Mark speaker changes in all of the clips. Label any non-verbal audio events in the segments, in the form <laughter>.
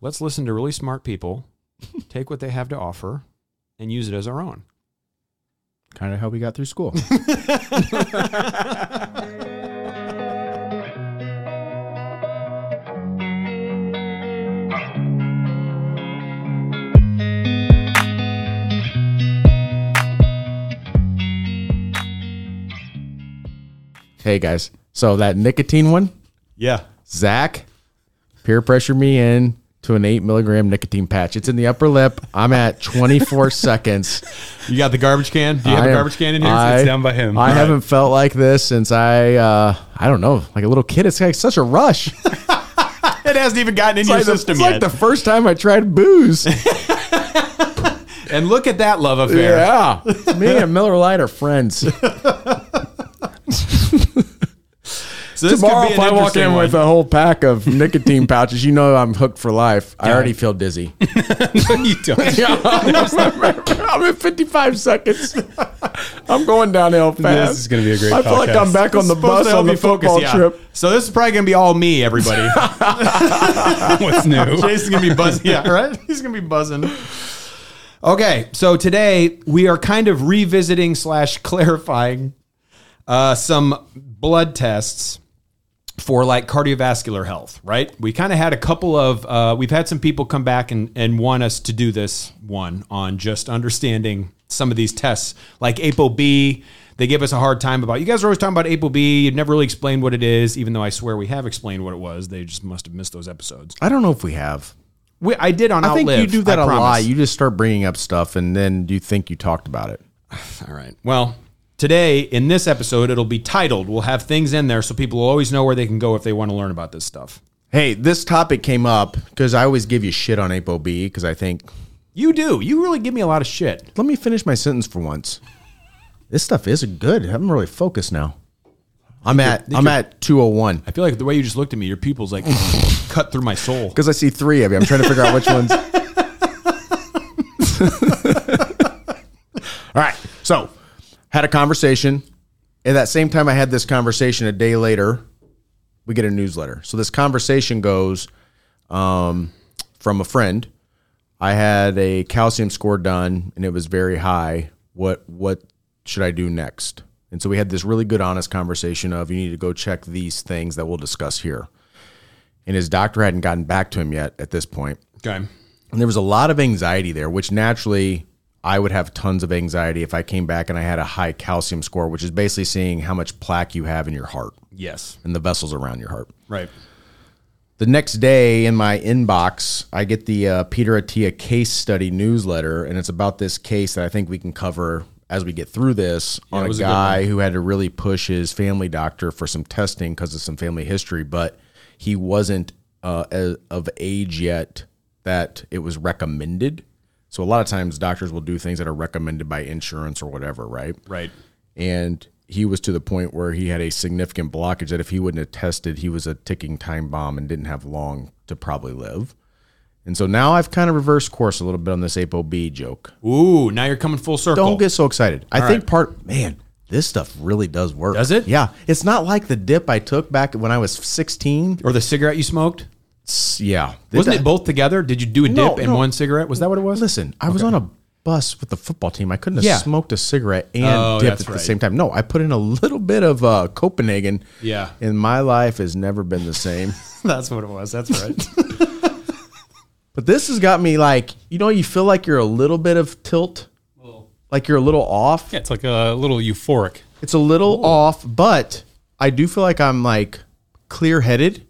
Speaker 1: Let's listen to really smart people, <laughs> take what they have to offer, and use it as our own.
Speaker 2: Kind of how we got through school. hey guys, so that nicotine one,
Speaker 1: Yeah.
Speaker 2: Zach peer pressure me in to an eight milligram nicotine patch. It's in the upper lip. I'm at 24 <laughs> seconds.
Speaker 1: You got the garbage can? Do you have
Speaker 2: I
Speaker 1: a
Speaker 2: am-
Speaker 1: garbage can in here?
Speaker 2: I-
Speaker 3: It's down by him.
Speaker 2: I
Speaker 3: All right.
Speaker 2: haven't felt like this since I, uh, I don't know, like a little kid. It's like such a
Speaker 1: <laughs>
Speaker 2: rush. It's
Speaker 1: it hasn't even gotten in your
Speaker 2: like, the,
Speaker 1: system
Speaker 2: it's
Speaker 1: yet.
Speaker 2: like the first time I tried
Speaker 1: <laughs>
Speaker 2: booze.
Speaker 1: and look at that love affair.
Speaker 2: yeah. Me and Miller Lite are friends.
Speaker 1: So this
Speaker 2: Tomorrow,
Speaker 1: could be
Speaker 2: if
Speaker 1: an
Speaker 2: I walk
Speaker 1: interesting
Speaker 2: in
Speaker 1: one.
Speaker 2: with a whole pack of nicotine <laughs> pouches, you know I'm hooked for life. I already feel
Speaker 1: <laughs>
Speaker 2: dizzy. <laughs>
Speaker 3: you don't.
Speaker 2: I'm at 55 seconds. <laughs> I'm going downhill fast.
Speaker 3: This is going to be a great
Speaker 2: I
Speaker 3: podcast.
Speaker 2: feel like I'm back on the
Speaker 1: Supposed
Speaker 2: bus
Speaker 1: to help
Speaker 2: on the
Speaker 1: you focus,
Speaker 2: football
Speaker 1: yeah.
Speaker 2: trip.
Speaker 1: So this is probably gonna be all me,
Speaker 2: <laughs>
Speaker 1: everybody.
Speaker 3: <laughs> What's new?
Speaker 1: Jason's gonna be
Speaker 3: <laughs>
Speaker 1: buzzing. Yeah, <laughs> right. He's gonna be buzzing. Okay, so today we are kind of revisiting slash clarifying uh, some blood tests for like cardiovascular health. Right? We kind of had a couple of uh, we've had some people come back and and want us to do this one on just understanding some of these tests like ApoB. They give us a hard time about you guys are always talking about ApoB. You've never really explained what it is, even though I swear we have explained what it was. They just must have missed those episodes.
Speaker 2: I don't know if we have.
Speaker 1: We, I did on
Speaker 2: I think
Speaker 1: Outlive,
Speaker 2: you do that
Speaker 1: I
Speaker 2: a lot.
Speaker 1: promise.
Speaker 2: You just start bringing up stuff and then you think you talked about it.
Speaker 1: All right. Well, today in this episode, it'll be titled. We'll have things in there so people will always know where they can go if they want to learn about this stuff.
Speaker 2: Hey, this topic came up because I always give you shit on ApoB because I think,
Speaker 1: You do. You really give me a lot of shit.
Speaker 2: let me finish my sentence for once. This stuff is good. I'm really focused now. I'm at I'm at 201
Speaker 1: I feel like the way you just looked at me, your pupils
Speaker 2: <laughs>
Speaker 1: like cut through my soul.
Speaker 2: because I see three of you. I'm trying to figure out which ones. <laughs> All right. So, had a conversation. At that same time, I had this conversation a day later. We get a newsletter. So, this conversation goes um, from a friend. I had a calcium score done and it was very high. What what should I do next? And so we had this really good honest conversation of you need to go check these things that we'll discuss here. And his doctor hadn't gotten back to him yet at this point.
Speaker 1: Okay.
Speaker 2: And there was a lot of anxiety there, which naturally I would have tons of anxiety if I came back and I had a high calcium score, which is basically seeing how much plaque you have in your heart
Speaker 1: Yes.
Speaker 2: and the vessels around your heart
Speaker 1: Right.
Speaker 2: the next day in my inbox, I get the uh, Peter Attia case study newsletter, and it's about this case that I think we can cover as we get through this
Speaker 1: it
Speaker 2: on a
Speaker 1: was a good
Speaker 2: guy who had to really push his family doctor for some testing because of some family history, but he wasn't uh, a- of age yet that it was recommended. So a lot of times doctors will do things that are recommended by insurance or whatever, right?
Speaker 1: Right.
Speaker 2: and he was to the point where he had a significant blockage that if he wouldn't have tested, he was a ticking time bomb and didn't have long to probably live. And so now I've kind of reversed course a little bit on this ApoB joke.
Speaker 1: Ooh, now you're coming full circle.
Speaker 2: Don't get so excited. I think part man, this stuff really does work.
Speaker 1: Does it?
Speaker 2: Yeah. It's not like the dip I took back when I was 16.
Speaker 1: or the cigarette you smoked.
Speaker 2: It's- yeah.
Speaker 1: Wasn't it both together? Did you do a
Speaker 2: No,
Speaker 1: dip and
Speaker 2: no.
Speaker 1: one
Speaker 2: <laughs>
Speaker 1: cigarette? Was that what it was?
Speaker 2: Listen, I was on a bus with the football team. I couldn't have
Speaker 1: Yeah.
Speaker 2: smoked a cigarette and
Speaker 1: Oh,
Speaker 2: dipped
Speaker 1: that's
Speaker 2: at the
Speaker 1: right.
Speaker 2: same time. No, I put in a little bit of uh, Copenhagen.
Speaker 1: Yeah.
Speaker 2: and my life has never been the same. <laughs>
Speaker 1: That's what it was. That's <laughs> right.
Speaker 2: but this has got me like, you know, you feel like you're a little bit of tilt, like you're a little off.
Speaker 3: Yeah, it's like a little euphoric.
Speaker 2: It's a little off, but I do feel like I'm like clear headed.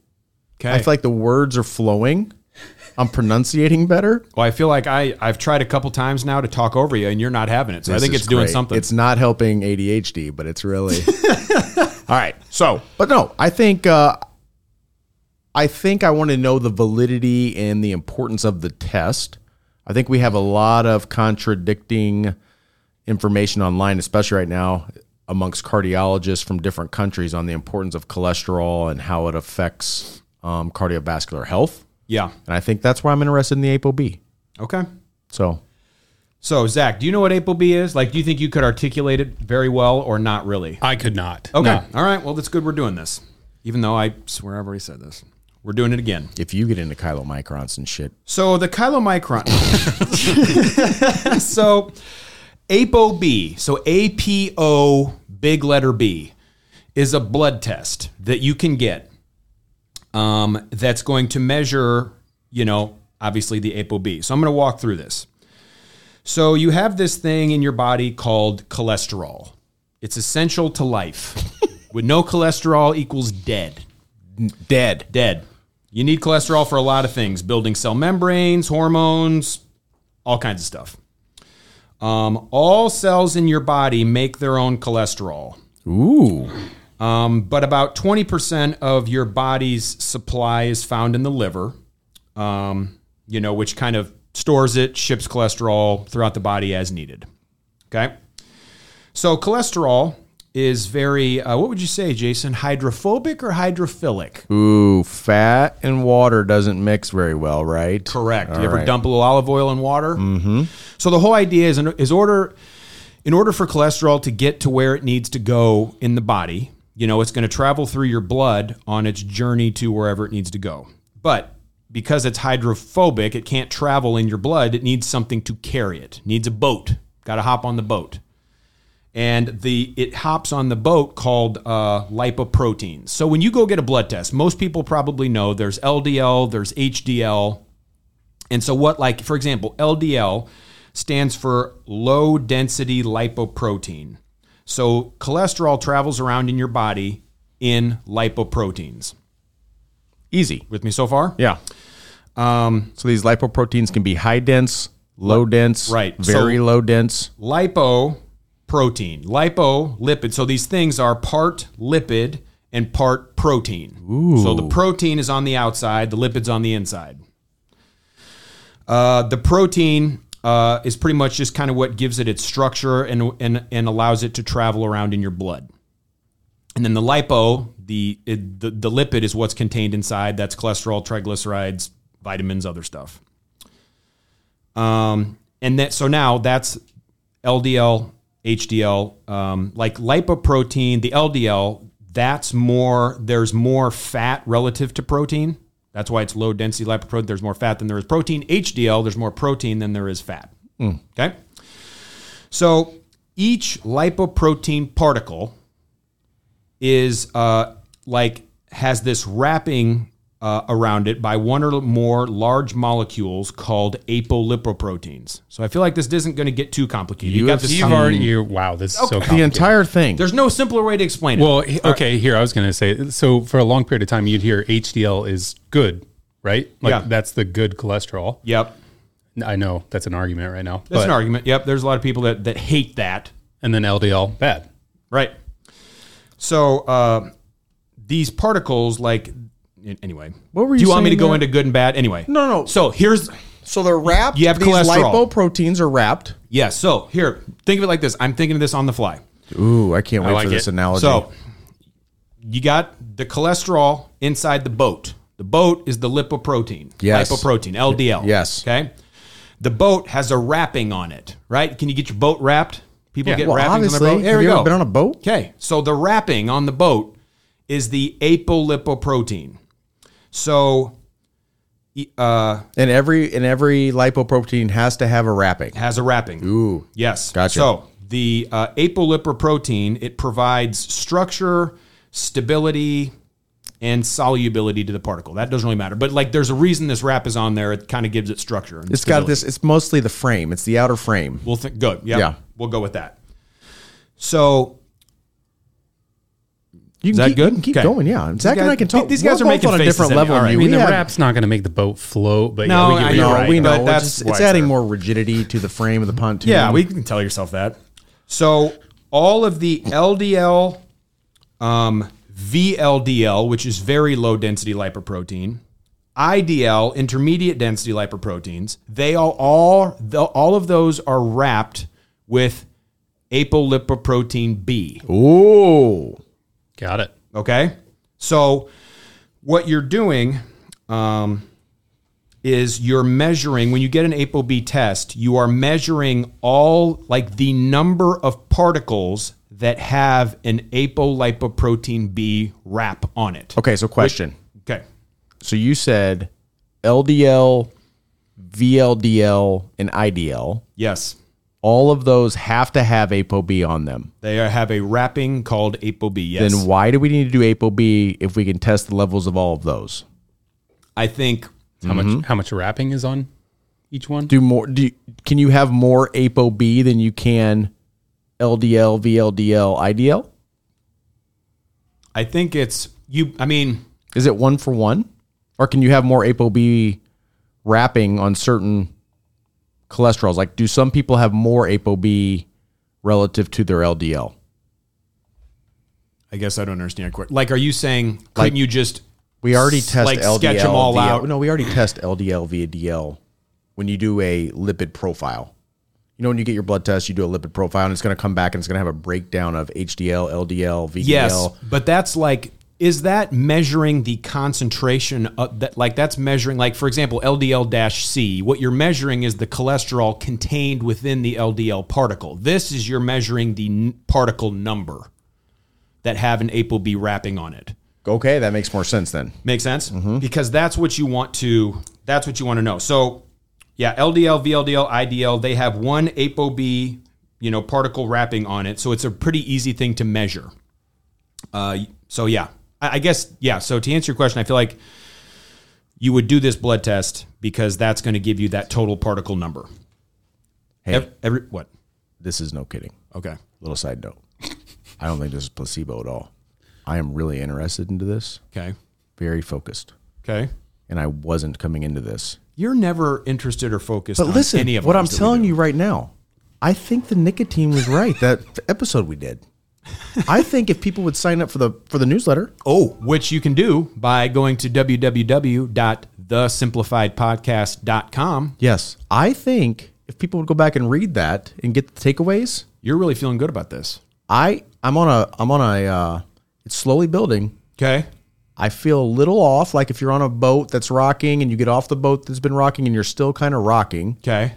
Speaker 1: okay.
Speaker 2: I feel like the words are flowing. I'm pronunciating better.
Speaker 1: well, I feel like I I've tried a couple times now to talk over you, and you're not having it. So I
Speaker 2: This
Speaker 1: think
Speaker 2: is
Speaker 1: it's doing
Speaker 2: great.
Speaker 1: something.
Speaker 2: It's not helping ADHD, but it's
Speaker 1: <laughs>
Speaker 2: really. All right. So, but no, I think uh, I think I want to know the validity and the importance of the test. I think we have a lot of contradicting information online, especially right now amongst cardiologists from different countries on the importance of cholesterol and how it affects um, cardiovascular health.
Speaker 1: yeah.
Speaker 2: And I think that's why I'm interested in the ApoB.
Speaker 1: Okay.
Speaker 2: So
Speaker 1: So, Zach, do you know what ApoB is? Like, do you think you could articulate it very well or not really?
Speaker 3: I could not.
Speaker 1: Okay.
Speaker 3: No.
Speaker 1: All right. Well, that's good we're doing this, even though I swear I've already said this. We're doing it again.
Speaker 2: If you get into chylomicrons and shit,
Speaker 1: So the chylomicron. so ApoB, so APO big letter B is a blood test that you can get um, that's going to measure, you know, obviously the ApoB. So I'm going to walk through this. So you have this thing in your body called cholesterol. It's essential to life. With no cholesterol equals dead
Speaker 2: dead.
Speaker 1: dead. You need cholesterol for a lot of things building cell membranes, hormones, all kinds of stuff. Um, all cells in your body make their own cholesterol,
Speaker 2: Ooh.
Speaker 1: um, but about 20% of your body's supply is found in the liver, um, you know, which kind of stores it, ships cholesterol throughout the body as needed. Okay. So cholesterol is very, uh, what would you say, Jason? Hydrophobic or hydrophilic?
Speaker 2: Ooh, fat and water doesn't mix very well, right?
Speaker 1: Correct. you ever dump a little olive oil in water? Mm-hmm. So the whole idea is in, is order in order for cholesterol to get to where it needs to go in the body, you know, it's going to travel through your blood on its journey to wherever it needs to go. But because it's hydrophobic, it can't travel in your blood. It needs something to carry it. Needs a boat. Got to hop on the boat. And the it hops on the boat called uh, lipoproteins. So when you go get a blood test, most people probably know there's LDL, there's HDL, and so, what, like, for example, LDL stands for low density lipoprotein. So, cholesterol travels around in your body in lipoproteins.
Speaker 2: Easy.
Speaker 1: With me so far?
Speaker 2: Yeah. Um, so these lipoproteins can be high dense, low dense,
Speaker 1: Right.
Speaker 2: Very
Speaker 1: So-
Speaker 2: low dense.
Speaker 1: Lipoprotein, lipo, lipid. So, these things are part lipid and part protein. So, the protein is on the outside, the lipid's on the inside. Uh, the protein uh, is pretty much just kind of what gives it its structure and, and and allows it to travel around in your blood. And then the lipo, the it, the, the lipid is what's contained inside. That's cholesterol, triglycerides, vitamins, other stuff. Um, and that so now that's LDL, HDL, um, like lipoprotein. The LDL that's more. There's more fat relative to protein. That's why it's low density lipoprotein. There's more fat than there is protein. HDL, there's more protein than there is fat. Okay. So each lipoprotein particle is uh, like has this wrapping uh, around it by one or more large molecules called apolipoproteins. So I feel like this isn't going to get too complicated. You, got
Speaker 2: have
Speaker 1: this.
Speaker 3: You've already, you- wow, this is so
Speaker 2: The
Speaker 3: complicated.
Speaker 2: entire thing.
Speaker 1: There's no simpler way to explain it.
Speaker 3: well, he- okay, here, I was going to say, so for a long period of time, you'd hear HDL is good, right? Like
Speaker 1: Yeah.
Speaker 3: that's the good cholesterol.
Speaker 1: Yep,
Speaker 3: I know that's an argument right now.
Speaker 1: that's
Speaker 3: but-
Speaker 1: an argument. Yep, there's a lot of people that that hate that.
Speaker 3: And then LDL, bad.
Speaker 1: Right. So uh, these particles, like anyway,
Speaker 2: What were
Speaker 1: Do
Speaker 2: you
Speaker 1: you want me to
Speaker 2: saying
Speaker 1: go
Speaker 2: there?
Speaker 1: into good and bad? Anyway,
Speaker 2: No, no.
Speaker 1: So here's
Speaker 2: so they're wrapped.
Speaker 1: You have
Speaker 2: these
Speaker 1: cholesterol.
Speaker 2: lipoproteins are wrapped.
Speaker 1: yeah. So here, think of it like this. I'm thinking of this on the fly.
Speaker 2: Ooh, I can't wait
Speaker 3: like
Speaker 2: for this
Speaker 3: it.
Speaker 2: analogy.
Speaker 1: So you got the cholesterol inside the boat. The boat is the lipoprotein,
Speaker 2: Yes.
Speaker 1: lipoprotein, LDL.
Speaker 2: Yes.
Speaker 1: Okay. The boat has a wrapping on it, right? Can you get your boat wrapped? People
Speaker 3: Yeah.
Speaker 1: get
Speaker 2: well,
Speaker 1: wrappings on
Speaker 2: obviously,
Speaker 1: their boat. There
Speaker 2: have
Speaker 1: we
Speaker 2: you
Speaker 1: go.
Speaker 2: ever been on a boat?
Speaker 1: Okay, so the wrapping on the boat is the apolipoprotein. So e- uh,
Speaker 2: And every and every lipoprotein has to have a wrapping.
Speaker 1: has a wrapping.
Speaker 2: Ooh,
Speaker 1: Yes.
Speaker 2: Gotcha.
Speaker 1: So the uh, apolipoprotein it provides structure, stability, and solubility to the particle. That doesn't really matter, but like there's a reason this wrap is on there. It kind of gives it structure. and
Speaker 2: it's got
Speaker 1: stability.
Speaker 2: this. It's mostly the frame. It's the outer frame.
Speaker 1: We'll think good. Yeah,
Speaker 2: Yeah.
Speaker 1: we'll go with that. So
Speaker 2: You can
Speaker 1: that
Speaker 2: keep, you
Speaker 1: good?
Speaker 2: can keep
Speaker 1: Okay.
Speaker 2: going. Yeah, Zach
Speaker 1: guys-
Speaker 2: and I can talk.
Speaker 1: these guys
Speaker 2: we're both
Speaker 1: are making
Speaker 2: on a
Speaker 1: faces
Speaker 2: different
Speaker 1: at me.
Speaker 2: level.
Speaker 1: All
Speaker 2: than
Speaker 1: right,
Speaker 3: I
Speaker 2: you.
Speaker 3: mean,
Speaker 2: We
Speaker 3: the
Speaker 2: have-
Speaker 3: wrap's not going to make the boat float, but
Speaker 1: No,
Speaker 3: yeah, we
Speaker 1: I
Speaker 3: get
Speaker 1: know,
Speaker 3: you're
Speaker 2: No,
Speaker 1: right,
Speaker 2: we
Speaker 1: but
Speaker 2: know.
Speaker 1: that's
Speaker 2: It's, just-
Speaker 1: why
Speaker 2: it's
Speaker 1: it's
Speaker 2: adding
Speaker 1: there.
Speaker 2: more rigidity to the frame of the pontoon.
Speaker 1: Yeah, we can tell yourself that. So all of the LDL, um, VLDL, which is very low density lipoprotein, IDL, intermediate density lipoproteins, they all all the, all of those are wrapped with apolipoprotein B.
Speaker 2: Ooh.
Speaker 3: Got it.
Speaker 1: Okay. So what you're doing um, is you're measuring, when you get an ApoB test, you are measuring all, like the number of particles that have an apolipoprotein B wrap on it.
Speaker 2: Okay, so question.
Speaker 1: Okay.
Speaker 2: So you said LDL, VLDL, and IDL.
Speaker 1: Yes.
Speaker 2: All of those have to have ApoB on them.
Speaker 1: They are, have a wrapping called ApoB. Yes.
Speaker 2: Then why do we need to do ApoB if we can test the levels of all of those?
Speaker 1: I think Mm-hmm.
Speaker 3: How much how much wrapping is on each one?
Speaker 2: Do more? Do you, can you have more ApoB than you can LDL, VLDL, IDL?
Speaker 1: I think it's you I mean
Speaker 2: Is it one for one, or can you have more ApoB wrapping on certain cholesterols? Like, do some people have more ApoB relative to their LDL?
Speaker 1: I guess I don't understand your question. Like, are you saying couldn't you just
Speaker 2: We already test
Speaker 1: like,
Speaker 2: LDL.
Speaker 1: sketch 'em all
Speaker 2: VL
Speaker 1: out.
Speaker 2: No, we already test LDL, VDL when you do a lipid profile. You know, when you get your blood test, you do a lipid profile, and it's going to come back and it's going to have a breakdown of HDL, LDL, VDL.
Speaker 1: yes? But that's like is that measuring the concentration of that like that's measuring like for example LDL-C what you're measuring is the cholesterol contained within the LDL particle. This is you're measuring the n- particle number that have an ApoB wrapping on it.
Speaker 2: Okay, that makes more sense then.
Speaker 1: Make sense? Because that's what you want to that's what you want to know. So yeah, LDL, VLDL, IDL, they have one ApoB, you know, particle wrapping on it. So it's a pretty easy thing to measure. Uh, so yeah. I, I guess yeah. So to answer your question, I feel like you would do this blood test because that's going to give you that total particle number.
Speaker 2: Hey,
Speaker 1: Ev- every what?
Speaker 2: this is no kidding.
Speaker 1: Okay.
Speaker 2: Little side note. I don't think this is placebo at all. I am really interested into this,
Speaker 1: Okay.
Speaker 2: very focused,
Speaker 1: Okay.
Speaker 2: and I wasn't coming into this.
Speaker 1: You're never interested or focused
Speaker 2: But
Speaker 1: on
Speaker 2: listen,
Speaker 1: any of
Speaker 2: what I'm telling you right now, I think the nicotine was right. That f- episode we
Speaker 1: <laughs>
Speaker 2: did. I think if people would sign up for the for the newsletter,
Speaker 1: Oh, which you can do by going to www.thesimplifiedpodcast.com.
Speaker 2: yes, I think if people would go back and read that and get the takeaways,
Speaker 1: You're really feeling good about this.
Speaker 2: I I'm on a I'm on a uh, it's slowly building.
Speaker 1: Okay.
Speaker 2: I feel a little off. Like if you're on a boat that's rocking and you get off the boat that's been rocking and you're still kind of rocking,
Speaker 1: Okay.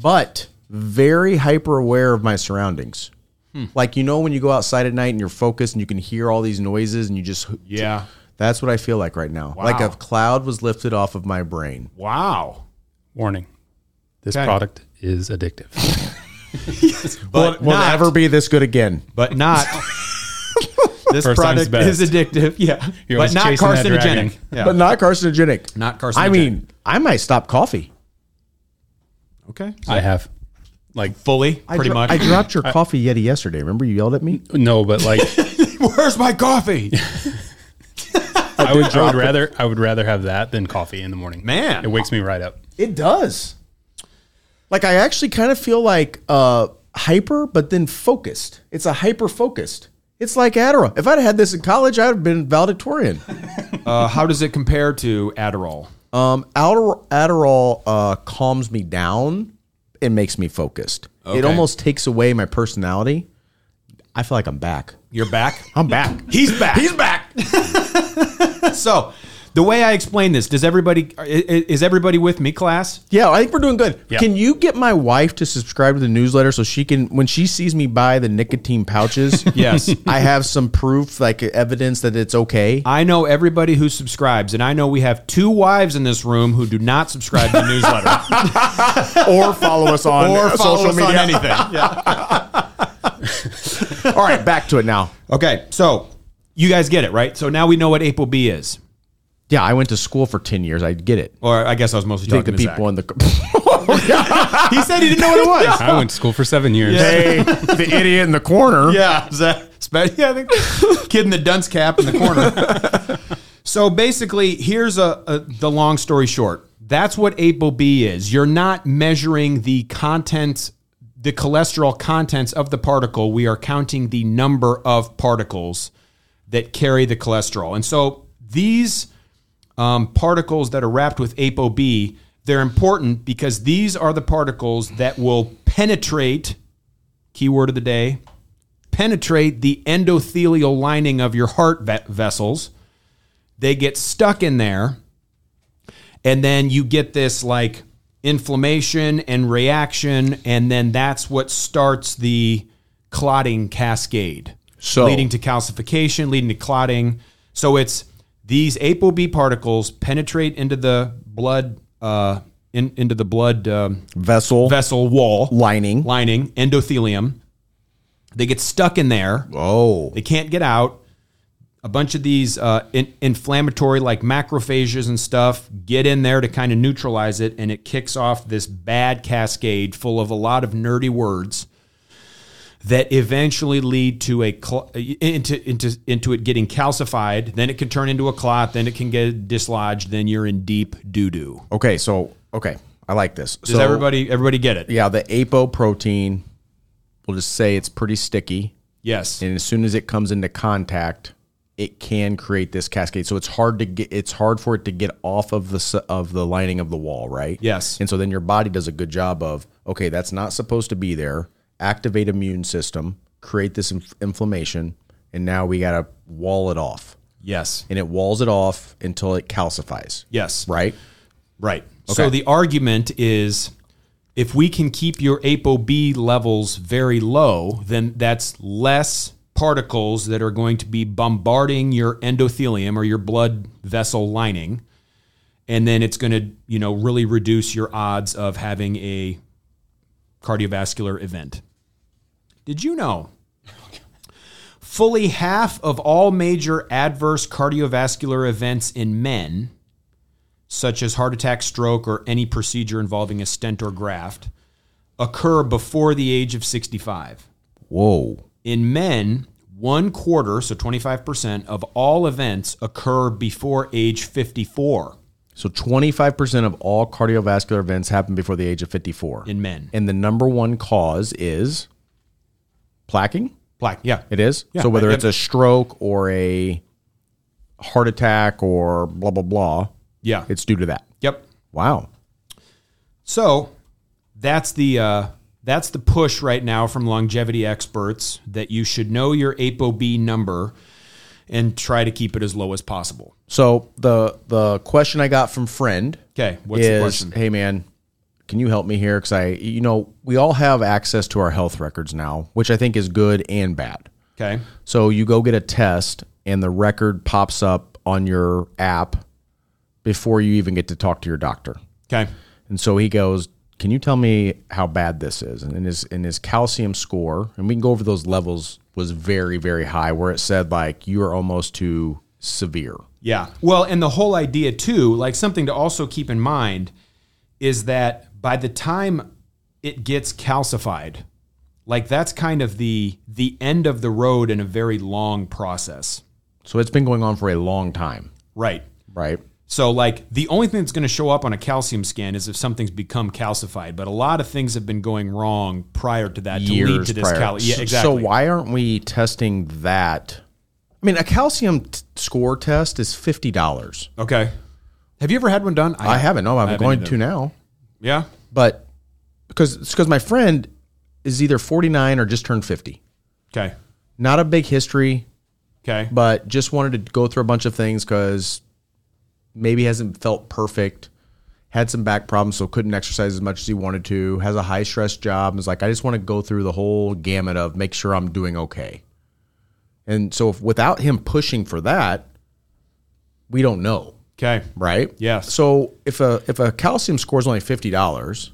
Speaker 2: but very hyper aware of my surroundings.
Speaker 1: Hmm.
Speaker 2: Like you know when you go outside at night and you're focused and you can hear all these noises and you just
Speaker 1: Yeah.
Speaker 2: That's what I feel like right now. Like a cloud was lifted off of my brain.
Speaker 1: Wow.
Speaker 3: Warning. This
Speaker 1: Okay.
Speaker 3: product is
Speaker 1: <laughs>
Speaker 3: addictive.
Speaker 1: But
Speaker 2: Will
Speaker 1: not,
Speaker 2: never be this good again.
Speaker 1: but <laughs> not. this
Speaker 3: First time's
Speaker 1: product
Speaker 3: best.
Speaker 1: is addictive. <laughs> Yeah.
Speaker 3: You're
Speaker 1: but
Speaker 3: always
Speaker 1: not
Speaker 3: chasing that dragon.
Speaker 1: carcinogenic. Yeah.
Speaker 2: But not carcinogenic.
Speaker 1: Not carcinogenic.
Speaker 2: I mean, I might stop coffee.
Speaker 1: okay.
Speaker 3: I have. Like
Speaker 1: Fully,
Speaker 2: I
Speaker 1: pretty
Speaker 2: dro-
Speaker 1: much.
Speaker 2: I dropped your coffee yeti yesterday. Remember you yelled at me?
Speaker 3: no, but like
Speaker 1: <laughs> Where's my coffee?
Speaker 3: I would, I would rather I would rather have that than coffee in the morning.
Speaker 1: Man.
Speaker 3: it wakes me right up.
Speaker 2: It does. Like I actually kind of feel like uh hyper, but then focused. It's a hyper focused. It's like Adderall. If I'd had this in college, I'd have been <laughs> valedictorian.
Speaker 1: uh, how does it compare to Adderall?
Speaker 2: Um, Adderall, Adderall uh, calms me down. It makes me focused. It
Speaker 1: Okay.
Speaker 2: almost takes away my personality. I feel like I'm back.
Speaker 1: You're back. <laughs>
Speaker 2: I'm back. <laughs>
Speaker 1: He's back. He's back. so, the way I explain this, does everybody i- i- is everybody with me, class?
Speaker 2: yeah, I think we're doing good.
Speaker 3: Yeah.
Speaker 2: Can you get my wife to subscribe to the newsletter so she can, when she sees me buy the nicotine <laughs> pouches?
Speaker 1: Yes.
Speaker 2: I have some proof, like evidence that it's okay.
Speaker 1: I know everybody who subscribes, and I know we have two wives in this room who do not subscribe to the newsletter
Speaker 2: <laughs> Or follow us on
Speaker 1: or follow us on anything.
Speaker 2: All right, back to it now.
Speaker 1: <laughs> Okay, so you guys get it, right? So now we know what ApoB is.
Speaker 2: Yeah, I went to school for 10 years. I get it.
Speaker 1: Or I guess I was mostly
Speaker 2: Take
Speaker 1: talking
Speaker 2: the
Speaker 1: to
Speaker 2: people
Speaker 1: Zach.
Speaker 2: in the.
Speaker 1: He said he didn't know what it was.
Speaker 3: <laughs> I went to school for seven years.
Speaker 2: <laughs> hey, the idiot in the corner.
Speaker 1: Yeah, Zach. Spe- Yeah, I think kid in the dunce cap in the corner. <laughs> so basically, here's a, a the long story short. That's what ApoB is. You're not measuring the content, the cholesterol contents of the particle. We are counting the number of particles that carry the cholesterol. And so these um, particles that are wrapped with ApoB, they're important because these are the particles that will penetrate keyword of the day penetrate the endothelial lining of your heart ve- vessels they get stuck in there and then you get this like inflammation and reaction and then that's what starts the clotting cascade
Speaker 2: So-
Speaker 1: leading to calcification leading to clotting so it's These ApoB particles penetrate into the blood, uh, in, into the blood um,
Speaker 2: Vessel,
Speaker 1: vessel wall
Speaker 2: lining.
Speaker 1: lining, endothelium. They get stuck in there.
Speaker 2: Oh,
Speaker 1: They can't get out. A bunch of these uh, in- inflammatory, like macrophages and stuff, get in there to kind of neutralize it, and it kicks off this bad cascade full of a lot of nerdy words that eventually lead to a cl- uh, into into into it getting calcified. Then it can turn into a clot. Then it can get dislodged. Then you're in deep doo doo.
Speaker 2: okay. So, okay, I like this.
Speaker 1: Does
Speaker 2: so,
Speaker 1: everybody everybody get it?
Speaker 2: Yeah, the apoprotein. We'll just say it's pretty sticky,
Speaker 1: Yes.
Speaker 2: and as soon as it comes into contact, it can create this cascade. So it's hard to get. It's hard for it to get off of the s- of the lining of the wall, right?
Speaker 1: Yes.
Speaker 2: And so then your body does a good job of okay, that's not supposed to be there. Activate immune system, create this inf- inflammation, and now we gotta wall it off.
Speaker 1: Yes.
Speaker 2: And it walls it off until it calcifies.
Speaker 1: Yes.
Speaker 2: Right.
Speaker 1: Right. So the argument is if we can keep your ApoB levels very low, then that's less particles that are going to be bombarding your endothelium or your blood vessel lining. And then it's going to, you know, really reduce your odds of having a cardiovascular event. Did you know? Fully half of all major adverse cardiovascular events in men such as heart attack, stroke, or any procedure involving a stent or graft, occur before the age of 65.
Speaker 2: Whoa.
Speaker 1: In men, one quarter, so 25%, of all events occur before age 54
Speaker 2: So 25% of all cardiovascular events happen before the age of 54.
Speaker 1: in men.
Speaker 2: and the number one cause is plaquing.
Speaker 1: Black, yeah.
Speaker 2: It is.
Speaker 1: Yeah.
Speaker 2: so whether it's a stroke or a heart attack or blah blah blah,
Speaker 1: Yeah.
Speaker 2: it's due to that.
Speaker 1: Yep.
Speaker 2: Wow.
Speaker 1: So that's the uh, that's the push right now from longevity experts that you should know your ApoB number and try to keep it as low as possible.
Speaker 2: So the the question I got from friend
Speaker 1: Okay, what's the
Speaker 2: is,
Speaker 1: question?
Speaker 2: hey man, can you help me here? Because I, you know, we all have access to our health records now, which I think is good and bad.
Speaker 1: Okay.
Speaker 2: So you go get a test, and the record pops up on your app before you even get to talk to your doctor.
Speaker 1: Okay.
Speaker 2: And so he goes, "Can you tell me how bad this is?" And in his in his calcium score, and we can go over those levels was very very high, where it said like you are almost to severe.
Speaker 1: Yeah. Well, and the whole idea too, like something to also keep in mind is that by the time it gets calcified, like that's kind of the the end of the road in a very long process.
Speaker 2: So it's been going on for a long time,
Speaker 1: Right.
Speaker 2: right?
Speaker 1: So like the only thing that's going to show up on a calcium scan is if something's become calcified, but a lot of things have been going wrong prior to that to lead to this cal-
Speaker 2: So-
Speaker 1: Yeah, exactly.
Speaker 2: So why aren't we testing that? I mean, a calcium t- score test is fifty dollars.
Speaker 1: Okay. Have you ever had one done?
Speaker 2: I haven't. No, I'm
Speaker 1: haven't
Speaker 2: going
Speaker 1: either.
Speaker 2: to now.
Speaker 1: Yeah.
Speaker 2: But because because my friend is either 49 or just turned 50.
Speaker 1: Okay.
Speaker 2: Not a big history,
Speaker 1: Okay.
Speaker 2: but just wanted to go through a bunch of things because maybe hasn't felt perfect. Had some back problems, so couldn't exercise as much as he wanted to. Has a high stress job. And is like, I just want to go through the whole gamut of make sure I'm doing okay. And so, if, without him pushing for that, we don't know
Speaker 1: Okay.
Speaker 2: right?
Speaker 1: Yes.
Speaker 2: So if a if a calcium score is only fifty dollars,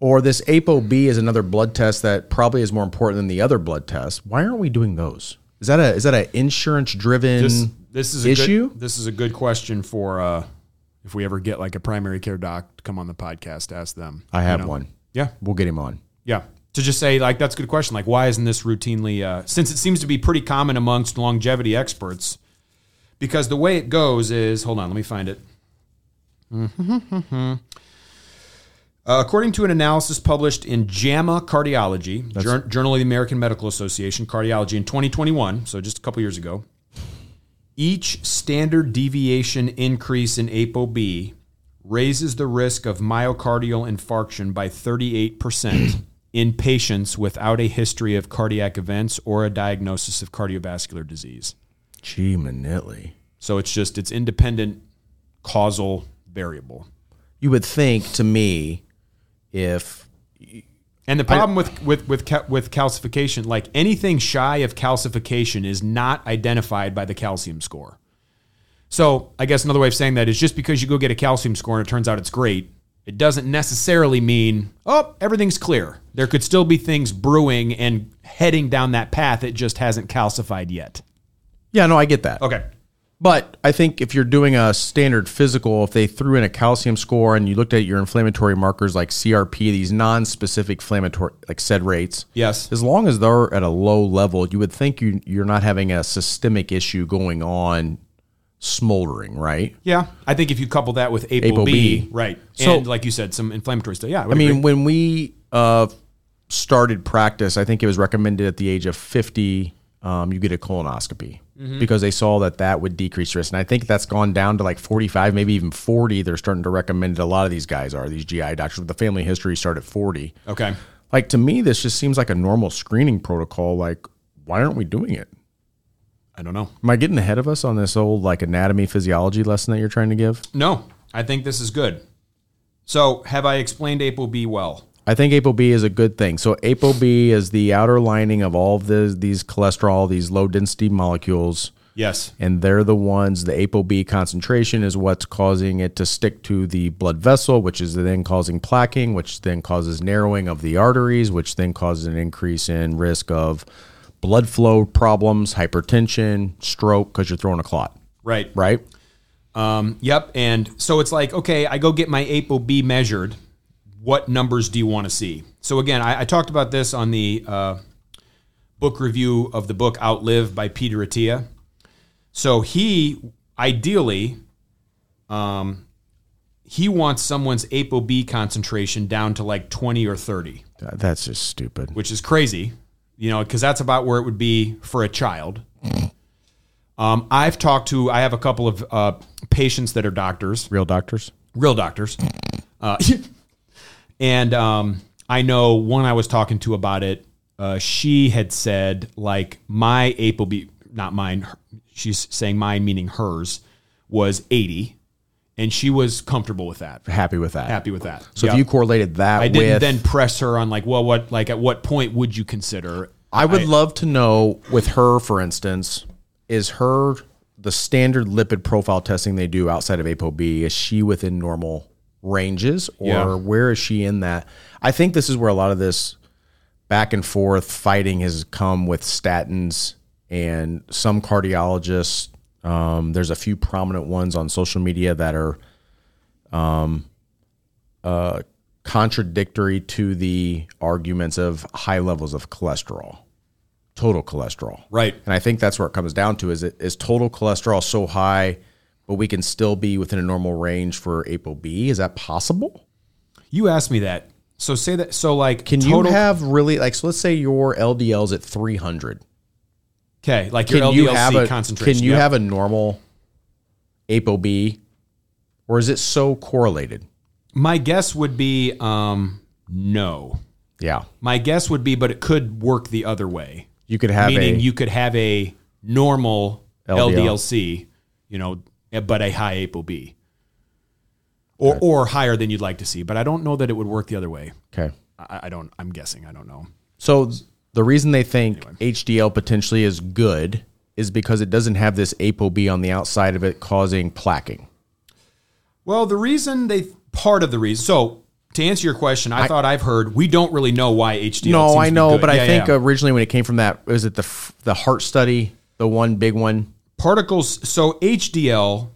Speaker 2: or this ApoB is another blood test that probably is more important than the other blood tests, why aren't we doing those? Is that a is that an insurance driven
Speaker 1: this this is a
Speaker 2: Mm. issue?
Speaker 1: Good, this is a good question for uh, if we ever get like a primary care doc to come on the podcast, ask them.
Speaker 2: I have one.
Speaker 1: Yeah,
Speaker 2: We'll get him on.
Speaker 1: yeah. To just say like that's a good question. Like, why isn't this routinely? Uh, since it seems to be pretty common amongst longevity experts, because the way it goes is hold on, let me find it. Uh, <laughs> according to an analysis published in JAMA Cardiology, Jour- Journal of the American Medical Association Cardiology in 2021, so just a couple years ago, each standard deviation increase in ApoB raises the risk of myocardial infarction by 38% <clears throat> in patients without a history of cardiac events or a diagnosis of cardiovascular disease.
Speaker 2: Gee, Manitli.
Speaker 1: So it's just it's independent causal variable.
Speaker 2: You would think to me if
Speaker 1: And the problem with with with ca- with calcification, like anything shy of calcification, is not identified by the calcium score. So I guess another way of saying that is just because you go get a calcium score and it turns out it's great, it doesn't necessarily mean, oh, everything's clear. There could still be things brewing and heading down that path. It just hasn't calcified yet.
Speaker 2: Yeah, no, I get that.
Speaker 1: Okay.
Speaker 2: But I think if you're doing a standard physical, if they threw in a calcium score and you looked at your inflammatory markers like CRP, these non-specific inflammatory like sed rates,
Speaker 1: Yes.
Speaker 2: as long as they're at a low level, you would think you you're not having a systemic issue going on, smoldering, right?
Speaker 1: Yeah. I think if you couple that with ApoB,
Speaker 2: ApoB.
Speaker 1: right.
Speaker 2: So-
Speaker 1: and like you said, some inflammatory stuff. Yeah.
Speaker 2: I mean, when we uh, started practice, I think it was recommended at the age of 50, um, you get a colonoscopy because they saw that that would decrease risk. And I think that's gone down to like 45, maybe even 40. They're starting to recommend it. A lot of these guys are, these GI doctors with the family history start at 40.
Speaker 1: okay.
Speaker 2: Like to me, this just seems like a normal screening protocol. Like, why aren't we doing it?
Speaker 1: I don't know.
Speaker 2: Am I getting ahead of us on this old like anatomy physiology lesson that you're trying to give?
Speaker 1: No, I think this is good. So have I explained ApoB well?
Speaker 2: I think ApoB is a good thing. So ApoB is the outer lining of all of the, these cholesterol, these low density molecules,
Speaker 1: Yes.
Speaker 2: and they're the ones. The ApoB concentration is what's causing it to stick to the blood vessel, which is then causing placking, which then causes narrowing of the arteries, which then causes an increase in risk of blood flow problems, hypertension, stroke, because you're throwing a clot,
Speaker 1: Right.
Speaker 2: right?
Speaker 1: Yep. And so it's like, okay, I go get my ApoB measured. What numbers do you want to see? So again, I, I talked about this on the uh, book review of the book Outlive by Peter Attia. So he ideally, um, he wants someone's ApoB concentration down to like 20 or 30
Speaker 2: Th- That's just stupid.
Speaker 1: which is crazy, you know, because that's about where it would be for a child. Um, I've talked to, I have a couple of uh, patients that are doctors,
Speaker 2: Real doctors?
Speaker 1: real doctors. Uh, <laughs> and um, I know one I was talking to about it. Uh, she had said, like, my ApoB, not mine, her- she's saying mine, meaning hers, was 80. And she was comfortable with that,
Speaker 2: Happy with that.
Speaker 1: happy with that.
Speaker 2: So if you correlated that
Speaker 1: I didn't
Speaker 2: with
Speaker 1: then press her on like, well, what, like, at what point would you consider?
Speaker 2: I would love to know with her, for instance, is her the standard lipid profile testing they do outside of ApoB? Is she within normal ranges, or
Speaker 1: Yeah.
Speaker 2: where is she in that? I think this is where a lot of this back and forth fighting has come with statins and some cardiologists. Um, there's a few prominent ones on social media that are contradictory to the arguments of high levels of cholesterol, total cholesterol.
Speaker 1: Right.
Speaker 2: And I think that's where it comes down to is it is total cholesterol so high, but we can still be within a normal range for ApoB? Is that possible?
Speaker 1: You asked me that. So say that. So like,
Speaker 2: Can you have really like so let's say your LDL's at 300.
Speaker 1: okay? Like
Speaker 2: Can
Speaker 1: your LDLC
Speaker 2: you have a
Speaker 1: concentration.
Speaker 2: can you
Speaker 1: Yep.
Speaker 2: have a normal ApoB or is it so correlated?
Speaker 1: My guess would be um, no.
Speaker 2: Yeah.
Speaker 1: My guess would be, but it could work the other way.
Speaker 2: You could have
Speaker 1: Meaning
Speaker 2: a
Speaker 1: you could have a normal
Speaker 2: LDL.
Speaker 1: LDLC, you know, eh, but a high ApoB, or or higher than you'd like to see. But I don't know that it would work the other way.
Speaker 2: Okay.
Speaker 1: I, I don't. I'm guessing. I don't know.
Speaker 2: So the reason they think HDL potentially is good is because it doesn't have this ApoB on the outside of it causing placking.
Speaker 1: Well, the reason they part of the reason. So to answer your question, I, thought I've heard we don't really know why HDL. seems
Speaker 2: No,
Speaker 1: to
Speaker 2: I
Speaker 1: be
Speaker 2: know,
Speaker 1: good.
Speaker 2: but
Speaker 1: Yeah,
Speaker 2: I think
Speaker 1: yeah.
Speaker 2: originally when it came from that was it the f- the heart study, the one big one.
Speaker 1: particles. So HDL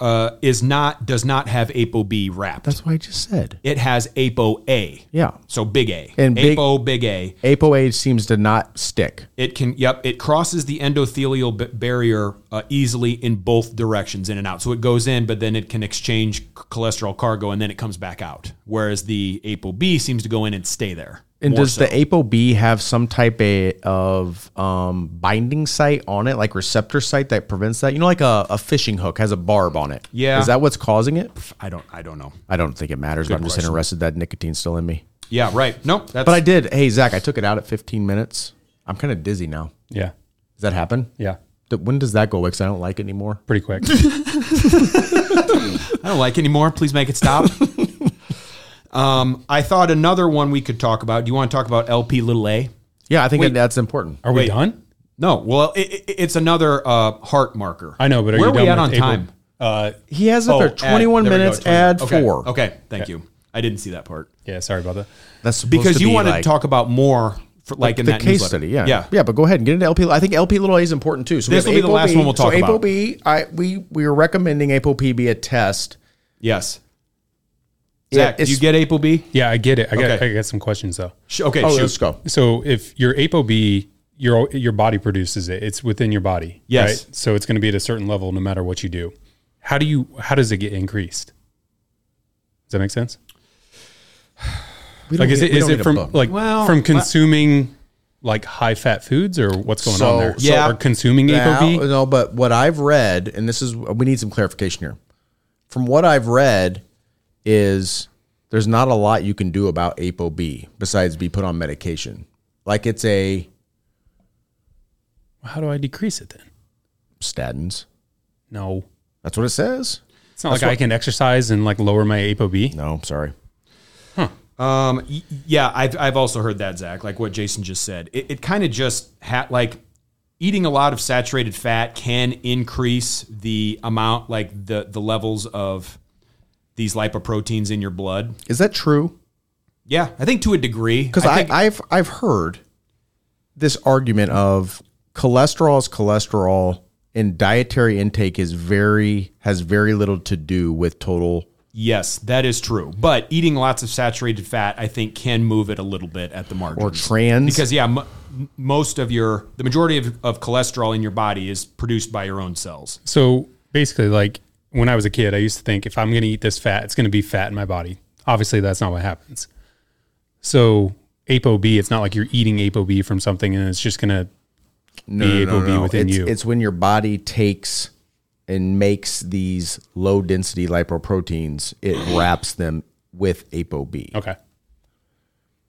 Speaker 1: uh, is not does not have ApoB wrapped.
Speaker 2: That's what I just said.
Speaker 1: it has ApoA.
Speaker 2: Yeah,
Speaker 1: So big A
Speaker 2: And big-
Speaker 1: Apo big A.
Speaker 2: ApoA seems to not stick.
Speaker 1: It can yep. It crosses the endothelial b- barrier uh, easily in both directions, in and out. So it goes in, but then it can exchange c- cholesterol cargo, and then it comes back out. Whereas the ApoB seems to go in and stay there.
Speaker 2: And
Speaker 1: more
Speaker 2: does the ApoB have some type a, of um, binding site on it, like receptor site that prevents that? You know, like a, a fishing hook has a barb on it.
Speaker 1: Yeah.
Speaker 2: is that what's causing it?
Speaker 1: I don't. I don't know.
Speaker 2: I don't think it matters, but I'm just
Speaker 1: question.
Speaker 2: interested that nicotine's still in me.
Speaker 1: Yeah. Right. Nope. That's.
Speaker 2: But I did. Hey, Zach, I took it out at 15 minutes. I'm kind of dizzy now.
Speaker 3: Yeah.
Speaker 2: Does that happen?
Speaker 3: Yeah.
Speaker 2: D- When does that go away? Because I don't like it anymore.
Speaker 1: <laughs>
Speaker 3: Pretty quick.
Speaker 1: I don't like anymore. Please make
Speaker 2: <laughs>
Speaker 1: it stop. um, I thought another one we could talk about. Do you want to talk about LP little a?
Speaker 2: Yeah, I think that that's important.
Speaker 3: Are we done?
Speaker 1: No, well, it, it, it's another uh, heart marker.
Speaker 3: I know, but are
Speaker 1: where
Speaker 3: you done
Speaker 1: we at
Speaker 3: with
Speaker 1: on
Speaker 3: April?
Speaker 1: time?
Speaker 3: Uh,
Speaker 2: He has it
Speaker 1: Oh,
Speaker 2: there.
Speaker 1: ad-
Speaker 2: 21
Speaker 1: there we go,
Speaker 2: minutes,
Speaker 1: 21.
Speaker 2: add
Speaker 1: Okay,
Speaker 2: four.
Speaker 1: Okay, thank you. I didn't see that part
Speaker 3: yeah, sorry about that.
Speaker 2: That's supposed
Speaker 1: because
Speaker 2: to
Speaker 1: you
Speaker 2: be
Speaker 1: wanted
Speaker 2: like
Speaker 1: to talk about more, for, like in
Speaker 2: the
Speaker 1: that
Speaker 2: case
Speaker 1: newsletter.
Speaker 2: study. Yeah,
Speaker 1: yeah,
Speaker 2: yeah. But go ahead and get into LP. I think LP little a is important too. So we
Speaker 1: This
Speaker 2: have
Speaker 1: will be the
Speaker 2: ApoB.
Speaker 1: last one we'll talk
Speaker 2: so
Speaker 1: about.
Speaker 2: ApoB, I we we are recommending ApoP be a test.
Speaker 1: Yes.
Speaker 2: Yeah,
Speaker 1: Zach, do you
Speaker 2: it's-
Speaker 1: get ApoB?
Speaker 3: Yeah, I get it. I got
Speaker 1: Okay.
Speaker 3: I got some questions though.
Speaker 1: Sh- Okay,
Speaker 2: Oh,
Speaker 1: shoot.
Speaker 2: let's go.
Speaker 3: So if your ApoB, your your body produces it. It's within your body.
Speaker 1: Yes.
Speaker 3: So it's going to be at a certain level no matter what you do. How do you? How does it get increased? Does that make sense?
Speaker 2: We don't
Speaker 3: Like is
Speaker 2: need-
Speaker 3: it
Speaker 2: we
Speaker 3: is
Speaker 2: don't need
Speaker 3: it
Speaker 2: a
Speaker 3: from
Speaker 2: book.
Speaker 3: like
Speaker 1: Well,
Speaker 3: from
Speaker 1: well-
Speaker 3: consuming like high fat foods or what's going
Speaker 2: So-
Speaker 3: on there?
Speaker 1: yeah.
Speaker 3: So are consuming
Speaker 2: Now-
Speaker 3: ApoB?
Speaker 2: No, but what I've read, and this is we need some clarification here. From what I've read, is there's not a lot you can do about ApoB besides be put on medication. Like it's a
Speaker 3: How do I decrease it then?
Speaker 2: statins.
Speaker 3: No.
Speaker 2: That's what it says.
Speaker 3: It's not like I can exercise and like lower my ApoB.
Speaker 2: No, I'm sorry.
Speaker 1: Um, y- yeah, I've, I've also heard that, Zach, like what Jason just said. It, it kind of just had like eating a lot of saturated fat can increase the amount, like the, the levels of these lipoproteins in your blood.
Speaker 2: Is that true?
Speaker 1: Yeah, I think to a degree.
Speaker 2: Because I,
Speaker 1: think-
Speaker 2: I've I've heard this argument of cholesterol is cholesterol and dietary intake is very has very little to do with total
Speaker 1: yes, that is true. But eating lots of saturated fat, I think, can move it a little bit at the margin.
Speaker 2: or trans
Speaker 1: because yeah, m- most of your the majority of, of cholesterol in your body is produced by your own cells.
Speaker 3: So basically, like when I was a kid, I used to think if I'm going to eat this fat, it's going to be fat in my body. Obviously, that's not what happens. So ApoB, it's not like you're eating ApoB from something and it's just going to be ApoB within
Speaker 2: it's,
Speaker 3: you.
Speaker 2: It's when your body takes and makes these low density lipoproteins, it wraps them with ApoB.
Speaker 3: okay.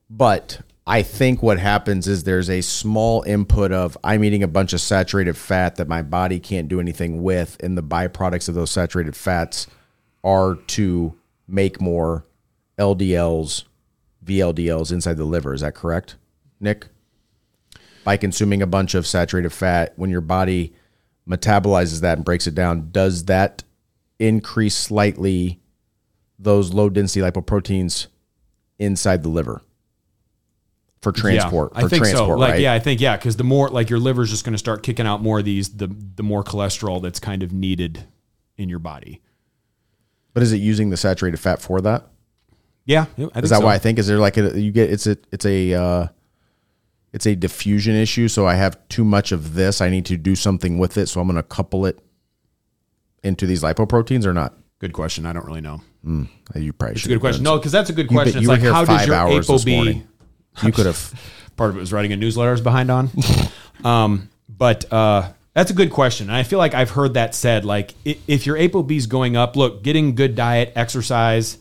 Speaker 2: But I think what happens is there's a small input of I'm eating a bunch of saturated fat that my body can't do anything with, and the byproducts of those saturated fats are to make more LDLs, VLDLs inside the liver. Is that correct, Nick? By consuming a bunch of saturated fat, when your body metabolizes that and breaks it down, does that increase slightly those low density lipoproteins inside the liver for transport?
Speaker 1: Yeah,
Speaker 2: for
Speaker 1: I think
Speaker 2: transport,
Speaker 1: so. Like,
Speaker 2: right?
Speaker 1: yeah, I think yeah, because the more like your liver's just going to start kicking out more of these, the the more cholesterol that's kind of needed in your body.
Speaker 2: But is it using the saturated fat for that?
Speaker 1: Yeah, I think
Speaker 2: Is that
Speaker 1: so.
Speaker 2: why I think is there like a, you get it's a it's a uh, it's a diffusion issue. So I have too much of this. I need to do something with it. So I'm going to couple it into these lipoproteins or not?
Speaker 1: Good question. I don't really know.
Speaker 2: Uh, You probably
Speaker 1: It's a
Speaker 2: should.
Speaker 1: good question. No, because that's a good question.
Speaker 2: you
Speaker 1: it's
Speaker 2: were
Speaker 1: like
Speaker 2: here
Speaker 1: how
Speaker 2: five
Speaker 1: does your
Speaker 2: hours this
Speaker 1: ApoB?
Speaker 2: morning. You could have.
Speaker 1: Part of it was writing a newsletter I was behind on. um, but uh, that's a good question, and I feel like I've heard that said. Like i- if your ApoB's going up, look, getting good diet, exercise.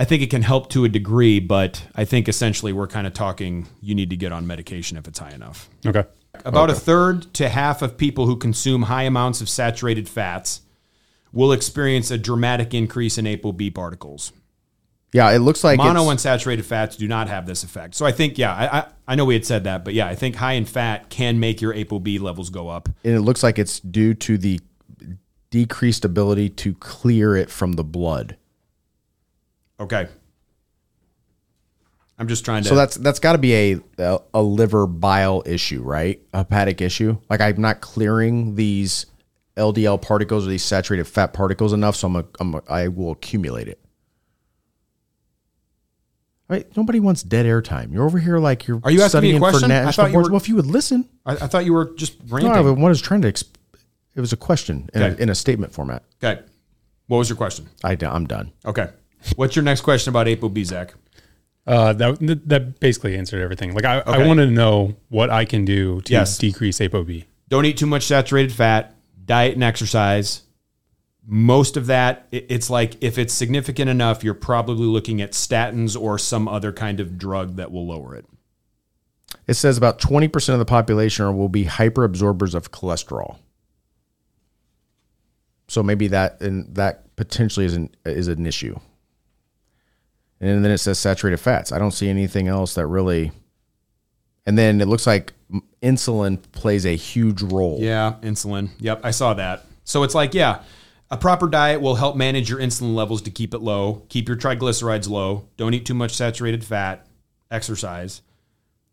Speaker 1: I think it can help to a degree, but I think essentially we're kind of talking you need to get on medication if it's high enough.
Speaker 3: Okay.
Speaker 1: About a third to half of people who consume high amounts of saturated fats will experience a dramatic increase in ApoB particles.
Speaker 2: Yeah, it looks like
Speaker 1: Mono
Speaker 2: it's-
Speaker 1: and saturated fats do not have this effect. So I think, yeah, I, I, I know we had said that, but yeah, I think high in fat can make your ApoB levels go up.
Speaker 2: and it looks like it's due to the decreased ability to clear it from the blood.
Speaker 1: Okay. I'm just trying to.
Speaker 2: So that's that's got to be a, a a liver bile issue, right? A hepatic issue. Like I'm not clearing these LDL particles or these saturated fat particles enough, so I'm a, I'm a, I will accumulate it. Right? Nobody wants dead air time. You're over here like you're
Speaker 1: Are you asking me a
Speaker 2: studying for
Speaker 1: question? I
Speaker 2: national
Speaker 1: thought you
Speaker 2: boards.
Speaker 1: were-
Speaker 2: Well, if you would listen,
Speaker 1: I, I thought you were just
Speaker 2: no,
Speaker 1: ranting.
Speaker 2: I was trying to. Exp- it was a question in,
Speaker 1: Okay.
Speaker 2: a, in a statement format.
Speaker 1: okay. What was your question?
Speaker 2: I, I'm done.
Speaker 1: Okay. What's your next question about ApoB, Zach?
Speaker 3: Uh, that that basically answered everything. Like I, I
Speaker 1: Okay.
Speaker 3: wanted to know what I can do to
Speaker 1: Yes.
Speaker 3: decrease ApoB.
Speaker 1: don't eat too much saturated fat, diet and exercise. Most of that, it- it's like if it's significant enough, you're probably looking at statins or some other kind of drug that will lower it.
Speaker 2: It says about 20% of the population are, will be hyperabsorbers of cholesterol. So maybe that and that potentially is an, is an issue. And then it says saturated fats. I don't see anything else that really. And then it looks like m- insulin plays a huge role.
Speaker 1: Yeah, insulin. Yep, I saw that. So it's like, yeah, a proper diet will help manage your insulin levels to keep it low, keep your triglycerides low, don't eat too much saturated fat, exercise,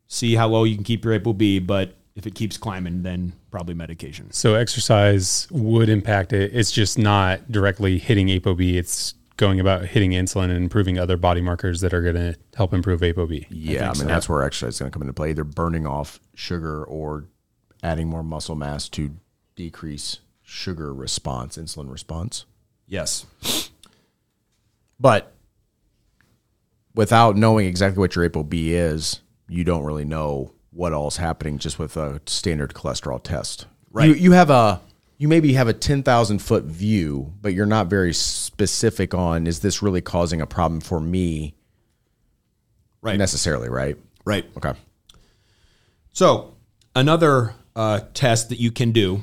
Speaker 1: see how low you can keep your ApoB, but if it keeps climbing, then probably medication.
Speaker 3: So exercise would impact it. It's just not directly hitting ApoB. It's going about hitting insulin and improving other body markers that are going to help improve ApoB.
Speaker 2: Yeah, I, mean that's where exercise is going to come into play. Either burning off sugar or adding more muscle mass to decrease sugar response, insulin response.
Speaker 1: Yes.
Speaker 2: But without knowing exactly what your ApoB is, you don't really know what all's happening just with a standard cholesterol test. Right. You, you have a you maybe have a 10,000 foot view, but you're not very specific on is this really causing a problem for me
Speaker 1: Right.
Speaker 2: necessarily, right?
Speaker 1: Right.
Speaker 2: Okay.
Speaker 1: So, another uh, test that you can do.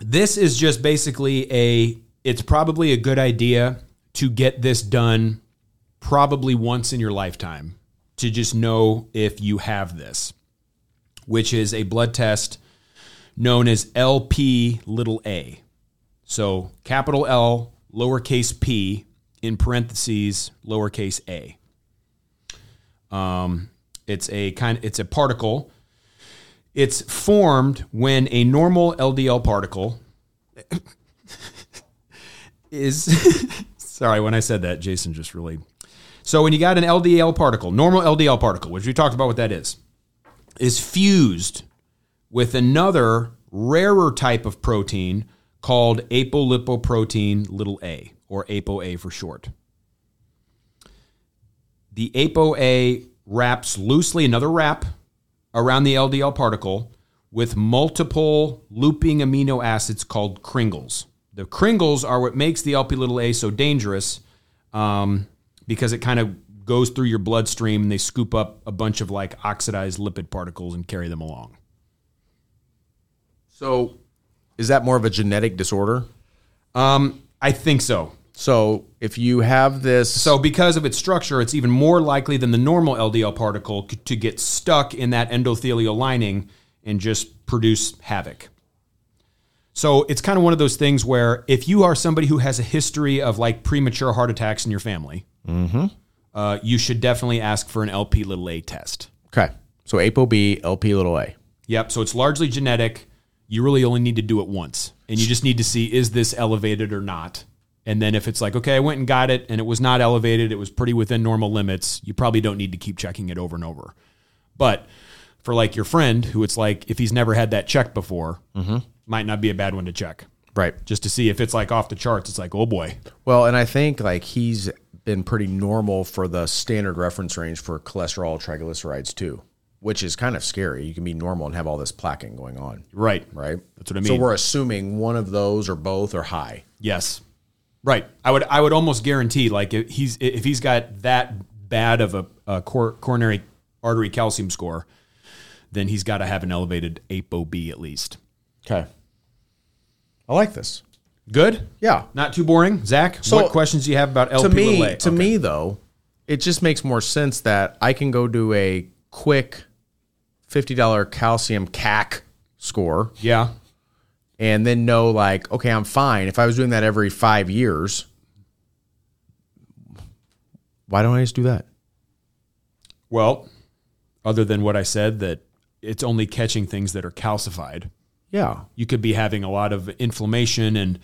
Speaker 1: This is just basically a. It's probably a good idea to get this done, probably once in your lifetime, to just know if you have this, which is a blood test known as LP little a. So capital L, lowercase p, in parentheses, lowercase a. Um, it's a kind. It's a particle. It's formed when a normal LDL particle is. <laughs> sorry, when I said that, Jason just really. So when you got an LDL particle, normal LDL particle, which we talked about what that is, is fused with another rarer type of protein called apolipoprotein little a, or ApoA for short. The ApoA wraps loosely another wrap around the LDL particle with multiple looping amino acids called kringles. The kringles are what makes the LP little a so dangerous um, because it kind of goes through your bloodstream and they scoop up a bunch of like oxidized lipid particles and carry them along.
Speaker 2: So is that more of a genetic disorder?
Speaker 1: Um, I think so.
Speaker 2: So if you have this
Speaker 1: So, because of its structure, it's even more likely than the normal LDL particle c- to get stuck in that endothelial lining and just produce havoc. So, it's kind of one of those things where if you are somebody who has a history of like premature heart attacks in your family, uh, you should definitely ask for an LP little a test.
Speaker 2: Okay. So ApoB, LP little a.
Speaker 1: Yep. So, it's largely genetic. You really only need to do it once. And you just need to see is this elevated or not? And then if it's like, okay, I went and got it and it was not elevated, it was pretty within normal limits, you probably don't need to keep checking it over and over. But for like your friend who it's like, if he's never had that checked before, might not be a bad one to check
Speaker 2: Right.
Speaker 1: just to see if it's like off the charts. It's like, oh boy.
Speaker 2: Well, and I think like he's been pretty normal for the standard reference range for cholesterol, triglycerides too, which is kind of scary. You can be normal and have all this plaquing going on,
Speaker 1: Right.
Speaker 2: right?
Speaker 1: That's what I
Speaker 2: So
Speaker 1: mean.
Speaker 2: we're assuming one of those or both are high.
Speaker 1: Yes. Right. I would I would almost guarantee like if he's if he's got that bad of a, a cor- coronary artery calcium score, then he's got to have an elevated ApoB at least.
Speaker 2: Okay. I like this.
Speaker 1: Good?
Speaker 2: Yeah.
Speaker 1: Not too boring. Zach,
Speaker 2: So,
Speaker 1: what questions do you have about LP
Speaker 2: to me,
Speaker 1: A?
Speaker 2: to me though, it just makes more sense that I can go do a quick $50 calcium CAC score
Speaker 1: Yeah.
Speaker 2: and then know like okay i'm fine if i was doing that every five years why don't i just do that
Speaker 1: Well, other than what I said that it's only catching things that are calcified.
Speaker 2: yeah
Speaker 1: you could be having a lot of inflammation and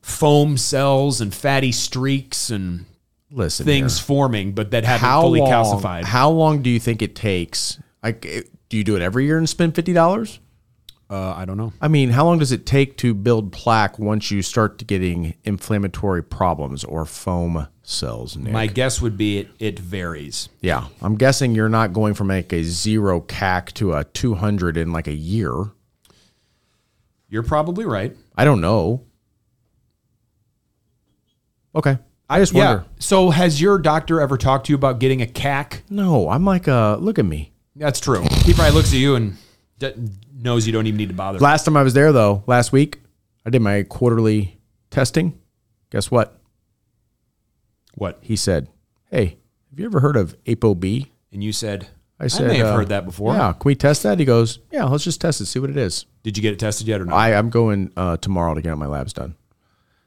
Speaker 1: foam cells and fatty streaks and
Speaker 2: listen
Speaker 1: things
Speaker 2: here.
Speaker 1: forming, but that haven't
Speaker 2: how
Speaker 1: fully
Speaker 2: long,
Speaker 1: calcified.
Speaker 2: how long do you think it takes like it- do you do it every year and spend $50
Speaker 1: uh, I don't know.
Speaker 2: i mean how long does it take to build plaque once you start to getting inflammatory problems or foam cells Nick?
Speaker 1: My guess would be it, it varies.
Speaker 2: yeah i'm guessing you're not going from like a zero cac to a 200 in like a year
Speaker 1: You're probably right.
Speaker 2: I don't know. Okay. I just wonder.
Speaker 1: So has your doctor ever talked to you about getting a CAC?
Speaker 2: No, I'm like, uh, look at me.
Speaker 1: That's true. He probably looks at you and d- knows you don't even need to bother.
Speaker 2: Last time I was there, though, last week, I did my quarterly testing. Guess what?
Speaker 1: What?
Speaker 2: He said, Hey, have you ever heard of ApoB?
Speaker 1: And you said,
Speaker 2: I said,
Speaker 1: may have
Speaker 2: uh,
Speaker 1: heard that before.
Speaker 2: Yeah, can we test that? He goes, yeah, let's just test it, see what it is.
Speaker 1: Did you get it tested yet or not?
Speaker 2: I, I'm going uh, tomorrow to get my labs done.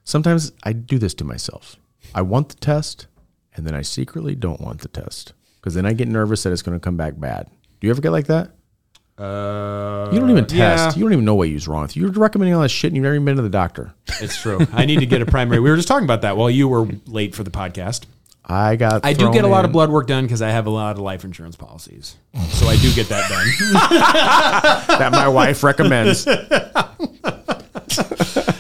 Speaker 2: Sometimes I do this to myself. I want the test, and then I secretly don't want the test because then I get nervous that it's going to come back bad. Do you ever get like that?
Speaker 1: uh,
Speaker 2: You don't even test.
Speaker 1: yeah.
Speaker 2: You don't even know what you's wrong with you. You're recommending all that shit, and you've never even been to the doctor.
Speaker 1: It's true. I need to get a primary. We were just talking about that while you were late for the podcast.
Speaker 2: I got.
Speaker 1: I do get a
Speaker 2: thrown
Speaker 1: lot of
Speaker 2: in.
Speaker 1: blood work done because I have a lot of life insurance policies. So I do get that <laughs> done.
Speaker 2: that <laughs> my wife recommends, but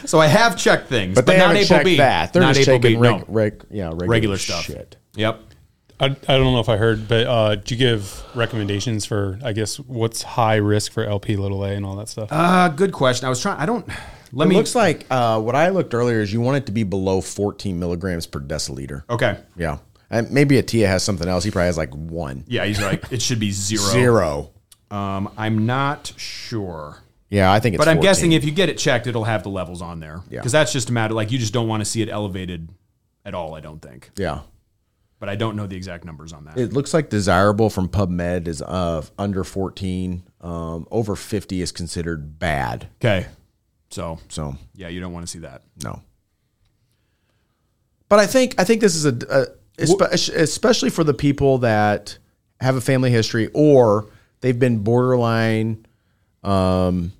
Speaker 1: so I have checked things, but,
Speaker 2: they
Speaker 1: not
Speaker 2: haven't checked
Speaker 1: ApoB.
Speaker 2: that. They're
Speaker 1: not
Speaker 2: just
Speaker 1: ApoB,
Speaker 2: taking reg,
Speaker 1: no.
Speaker 2: reg- yeah, regular,
Speaker 1: regular stuff.
Speaker 2: Shit.
Speaker 1: Yep.
Speaker 3: I, I don't know if I heard, but uh, do you give recommendations for, I guess, what's high risk for LP little a and all that stuff?
Speaker 1: Uh, good question. I was trying. I don't. Let
Speaker 2: It
Speaker 1: me.
Speaker 2: looks like uh, what I looked earlier is you want it to be below 14 milligrams per deciliter.
Speaker 1: okay.
Speaker 2: Yeah. And maybe Atia has something else. He probably has like one.
Speaker 1: Yeah, he's like it should be zero.
Speaker 2: Zero.
Speaker 1: Um, I'm not sure.
Speaker 2: Yeah, I think it's
Speaker 1: But I'm
Speaker 2: 14.
Speaker 1: guessing if you get it checked, it'll have the levels on there.
Speaker 2: Yeah.
Speaker 1: Because that's just a matter like you just don't want to see it elevated at all. I don't think.
Speaker 2: Yeah.
Speaker 1: But I don't know the exact numbers on that.
Speaker 2: It looks like desirable from PubMed is uh, under 14. Um, over 50 is considered bad.
Speaker 1: okay. So
Speaker 2: So,
Speaker 1: yeah, you don't want to see that.
Speaker 2: no. But I think I think this is a, a espe- especially for the people that have a family history or they've been borderline um,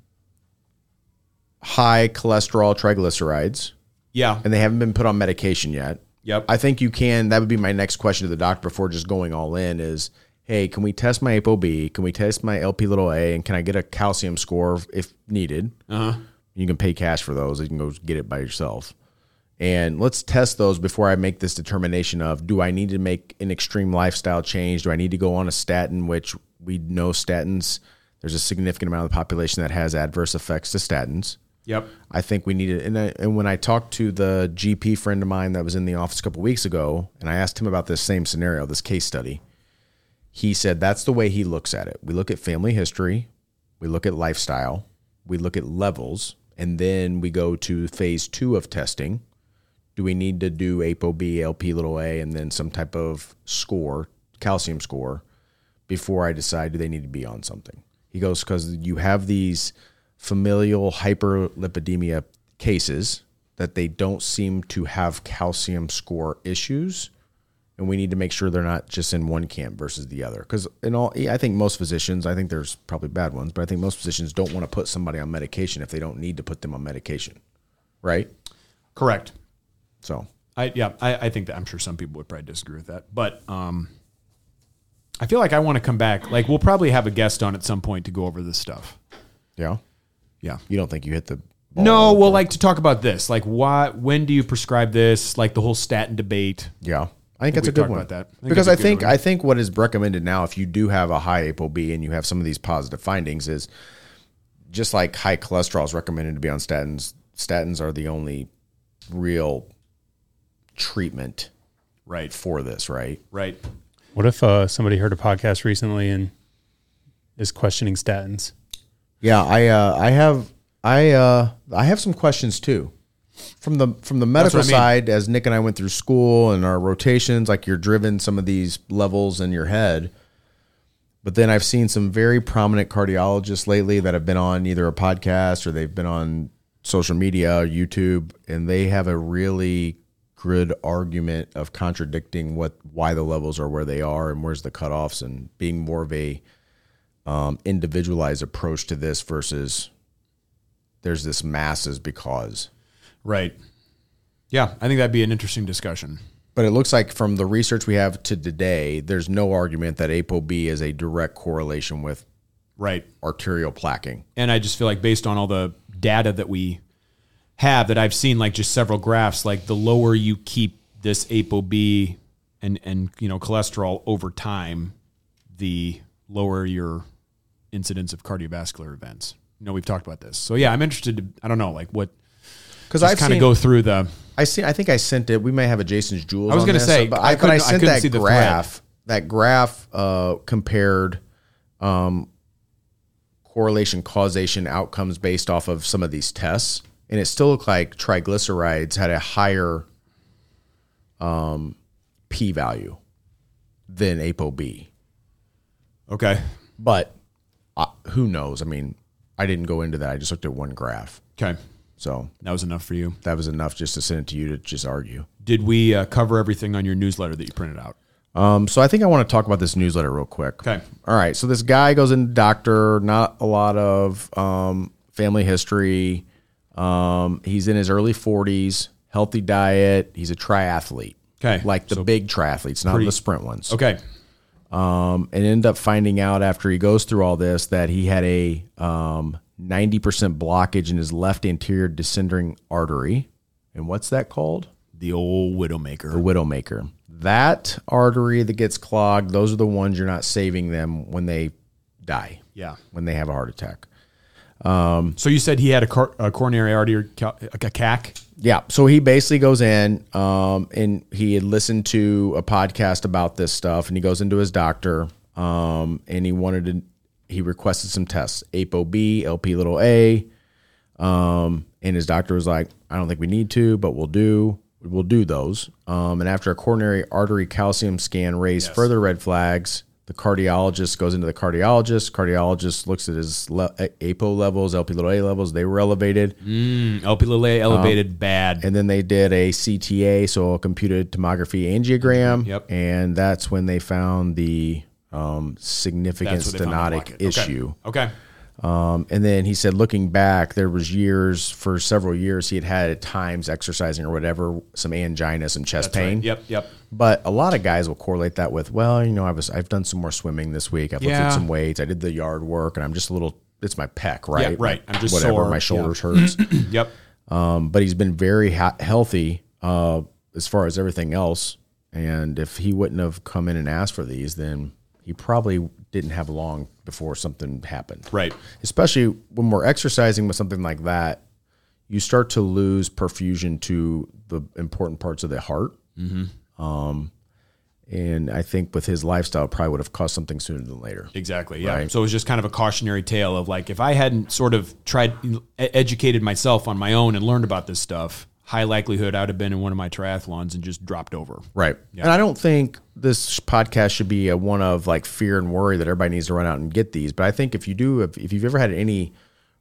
Speaker 2: high cholesterol triglycerides.
Speaker 1: Yeah.
Speaker 2: and they haven't been put on medication yet.
Speaker 1: Yep.
Speaker 2: I think you can. That would be my next question to the doctor before just going all in is, hey, can we test my ApoB? Can we test my LP little a? And can I get a calcium score if needed? Uh-huh. You can pay cash for those. You can go get it by yourself. And let's test those before I make this determination of do I need to make an extreme lifestyle change? Do I need to go on a statin, which we know statins, there's a significant amount of the population that has adverse effects to statins.
Speaker 1: Yep.
Speaker 2: I think we need it. And, I, and when I talked to the GP friend of mine that was in the office a couple weeks ago, and I asked him about this same scenario, this case study, he said that's the way he looks at it. We look at family history, we look at lifestyle, we look at levels, and then we go to phase two of testing. Do we need to do ApoB, LP little a, and then some type of score, calcium score, before I decide do they need to be on something? He goes, because you have these familial hyperlipidemia cases that they don't seem to have calcium score issues. And we need to make sure they're not just in one camp versus the other. Because in all, I think most physicians, I think there's probably bad ones, but I think most physicians don't want to put somebody on medication if they don't need to put them on medication. Right.
Speaker 1: Correct.
Speaker 2: So
Speaker 1: I yeah, I, I think that I'm sure some people would probably disagree with that. But um I feel like I want to come back. Like we'll probably have a guest on at some point to go over this stuff.
Speaker 2: Yeah.
Speaker 1: Yeah.
Speaker 2: You don't think you hit the ball?
Speaker 1: No, well like to talk about this. Like why when do you prescribe this? Like the whole statin debate.
Speaker 2: Yeah. I think that's a
Speaker 1: we've
Speaker 2: good
Speaker 1: talked
Speaker 2: one.
Speaker 1: about that. I think
Speaker 2: because I
Speaker 1: that's a good
Speaker 2: think
Speaker 1: one.
Speaker 2: I think what is recommended now, if you do have a high ApoB and you have some of these positive findings, is just like high cholesterol is recommended to be on statins. Statins are the only real treatment
Speaker 1: Right.
Speaker 2: for this, right?
Speaker 1: Right.
Speaker 3: What if uh, somebody heard a podcast recently and is questioning statins?
Speaker 2: Yeah, I uh, I have I uh, I have some questions too. From the from the medical
Speaker 1: what I mean.
Speaker 2: side, as Nick and I went through school and our rotations, like you're driven some of these levels in your head. But then I've seen some very prominent cardiologists lately that have been on either a podcast or they've been on social media, YouTube, and they have a really good argument of contradicting what why the levels are where they are and where's the cutoffs and being more of a um, individualized approach to this versus there's this masses because.
Speaker 1: Right. Yeah, I think that'd be an interesting discussion.
Speaker 2: But it looks like from the research we have to today, there's no argument that ApoB is a direct correlation with
Speaker 1: Right.
Speaker 2: arterial plaquing.
Speaker 1: And I just feel like based on all the data that we have that I've seen, like just several graphs, like the lower you keep this ApoB and and you know cholesterol over time, the lower your incidence of cardiovascular events. You know, we've talked about this. So yeah, I'm interested to I don't know, like what
Speaker 2: Because
Speaker 1: just
Speaker 2: I've
Speaker 1: kind of
Speaker 2: seen,
Speaker 1: go through the
Speaker 2: I see. I think I sent it. We may have a Jason's Jewels.
Speaker 1: I was
Speaker 2: on
Speaker 1: gonna
Speaker 2: this,
Speaker 1: say,
Speaker 2: but
Speaker 1: I
Speaker 2: I, but I
Speaker 1: couldn't- I
Speaker 2: sent
Speaker 1: couldn't
Speaker 2: that
Speaker 1: see the thread.
Speaker 2: graph. That graph uh, compared um, correlation, causation, outcomes based off of some of these tests, and it still looked like triglycerides had a higher um, p value than ApoB.
Speaker 1: Okay.
Speaker 2: But uh, who knows? I mean, I didn't go into that. I just looked at one graph.
Speaker 1: Okay.
Speaker 2: So
Speaker 1: That was enough for you.
Speaker 2: that was enough just to send it to you to just argue.
Speaker 1: Did we uh, cover everything on your newsletter that you printed out?
Speaker 2: Um, so I think I want to talk about this newsletter real quick.
Speaker 1: Okay.
Speaker 2: All right. So this guy goes into doctor, not a lot of um, family history. Um, he's in his early 40s, healthy diet. He's a triathlete.
Speaker 1: Okay.
Speaker 2: Like the big triathletes, not the sprint ones.
Speaker 1: Okay.
Speaker 2: Um, and end up finding out after he goes through all this that he had a um, 90% blockage in his left anterior descending artery. And what's that called?
Speaker 1: The old Widowmaker.
Speaker 2: the widowmaker. That artery that gets clogged, those are the ones you're not saving them when they die,
Speaker 1: Yeah.
Speaker 2: when they have a heart attack.
Speaker 1: So you said he had a, cor- a coronary artery, ca- a cac.
Speaker 2: Yeah. So he basically goes in um, and he had listened to a podcast about this stuff and he goes into his doctor um, and he wanted to, he requested some tests ApoB, LP little a. Um, and his doctor was like, I don't think we need to, but we'll do. We'll do those. Um, and after a coronary artery calcium scan raised further red flags, the cardiologist goes into the cardiologist. Cardiologist looks at his le- APO levels, LP little a levels. They were elevated.
Speaker 1: LP Lillet elevated bad.
Speaker 2: And then they did a CTA, so a computed tomography angiogram.
Speaker 1: Yep.
Speaker 2: And that's when they found the um, significant
Speaker 1: That's what they found in the
Speaker 2: stenotic
Speaker 1: pocket. Okay.
Speaker 2: issue.
Speaker 1: Okay.
Speaker 2: Um, and then he said, looking back, there was years for several years he had had at times exercising or whatever, some angina, some chest pain.
Speaker 1: Yep. Yep. <clears throat>
Speaker 2: But a lot of guys will correlate that with, well, you know, I was I've done some more swimming this week. I've
Speaker 1: Yeah.
Speaker 2: lifted some weights. I did the yard work, and I'm just a little. It's my pec, right?
Speaker 1: right. I'm just
Speaker 2: whatever.
Speaker 1: sore.
Speaker 2: My shoulders hurts
Speaker 1: Yep.
Speaker 2: um, but he's been very ha- healthy uh, as far as everything else. And if he wouldn't have come in and asked for these, then he probably didn't have long before something happened.
Speaker 1: Right.
Speaker 2: Especially when we're exercising with something like that, you start to lose perfusion to the important parts of the heart. Mm-hmm. Um, and I think with his lifestyle, it probably would have caused something sooner than later.
Speaker 1: Exactly. Yeah. So it was just kind of a cautionary tale of like, if I hadn't sort of tried, e- educated myself on my own and learned about this stuff, high likelihood I'd have been in one of my triathlons and just dropped over.
Speaker 2: Right. And I don't think this podcast should be a one of like fear and worry that everybody needs to run out and get these. But I think if you do, if, if you've ever had any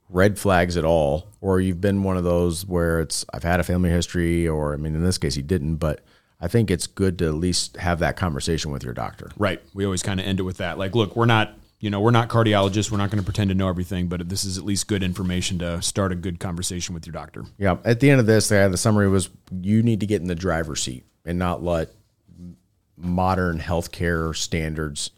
Speaker 2: red flags at all, or you've been one of those where it's, I've had a family history, or I mean, in this case, he didn't, but I think it's good to at least have that conversation with your doctor.
Speaker 1: Right. We always kind of end it with that. Like, look, we're not, you know, we're not cardiologists. We're not going to pretend to know everything, but this is at least good information to start a good conversation with your doctor.
Speaker 2: Yeah. At the end of this, they had the summary was you need to get in the driver's seat and not let modern healthcare standards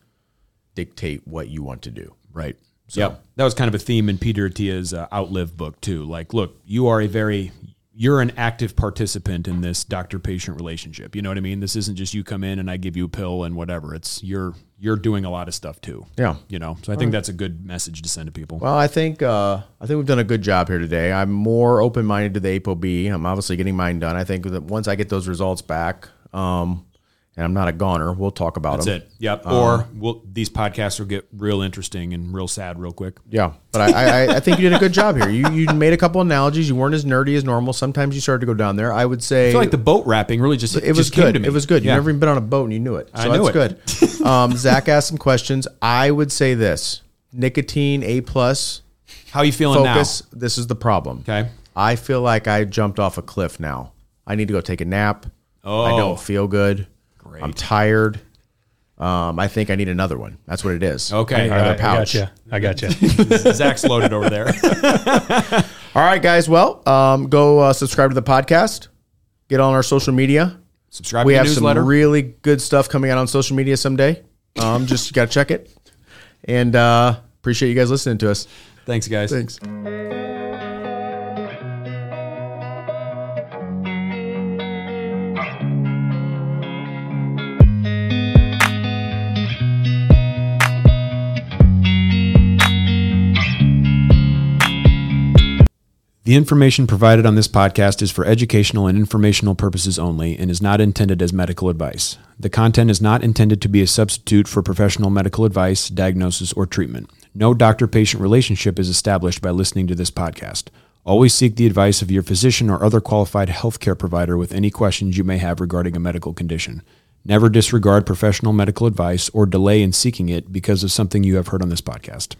Speaker 2: dictate what you want to do.
Speaker 1: Right. So that was kind of a theme in Peter Attia's uh, Outlive book too. Like, look, you are a very you're an active participant in this doctor-patient relationship. You know what I mean? This isn't just you come in and I give you a pill and whatever. It's you're you're doing a lot of stuff too.
Speaker 2: Yeah.
Speaker 1: You know. So I think that's a good message to send to people.
Speaker 2: Well, I think uh, I think we've done a good job here today. I'm more open minded to the ApoB. I'm obviously getting mine done. I think that once I get those results back, um, and I'm not a goner, we'll talk about
Speaker 1: that's
Speaker 2: them.
Speaker 1: it. Yep.
Speaker 2: Uh-huh.
Speaker 1: or we'll, these podcasts will get real interesting and real sad real quick.
Speaker 2: Yeah, but I, I, I think you did a good job here. You you made a couple analogies. You weren't as nerdy as normal. Sometimes you started to go down there. I would say
Speaker 1: I feel like the boat wrapping really just
Speaker 2: it was
Speaker 1: just came
Speaker 2: good.
Speaker 1: to me.
Speaker 2: It was good.
Speaker 1: Yeah.
Speaker 2: You've never even been on a boat and you knew it. So
Speaker 1: knew
Speaker 2: that's
Speaker 1: <laughs>
Speaker 2: good. Um, Zach asked some questions. I would say this: nicotine, A plus,
Speaker 1: How you feeling
Speaker 2: focus. This is the problem.
Speaker 1: now? Okay.
Speaker 2: I feel like I jumped off a cliff now. I need to go take a nap.
Speaker 1: Oh.
Speaker 2: I don't feel good.
Speaker 1: Great.
Speaker 2: I'm tired. Um, I think I need another one. That's what it is.
Speaker 1: Okay.
Speaker 2: I need another
Speaker 3: I
Speaker 2: pouch.
Speaker 3: gotcha.
Speaker 2: <laughs>
Speaker 3: I gotcha.
Speaker 1: Zach's loaded over there.
Speaker 2: All right, guys. Well, um, go uh, subscribe to the podcast. Get on our social media.
Speaker 1: Subscribe
Speaker 2: We
Speaker 1: to the
Speaker 2: have
Speaker 1: newsletter.
Speaker 2: some really good stuff coming out on social media someday. Um, just got to check it. And uh, appreciate you guys listening to us.
Speaker 1: Thanks, guys.
Speaker 2: Thanks.
Speaker 1: The information provided on this podcast is for educational and informational purposes only and is not intended as medical advice. The content is not intended to be a substitute for professional medical advice, diagnosis, or treatment. No doctor patient relationship is established by listening to this podcast. Always seek the advice of your physician or other qualified healthcare provider with any questions you may have regarding a medical condition. Never disregard professional medical advice or delay in seeking it because of something you have heard on this podcast.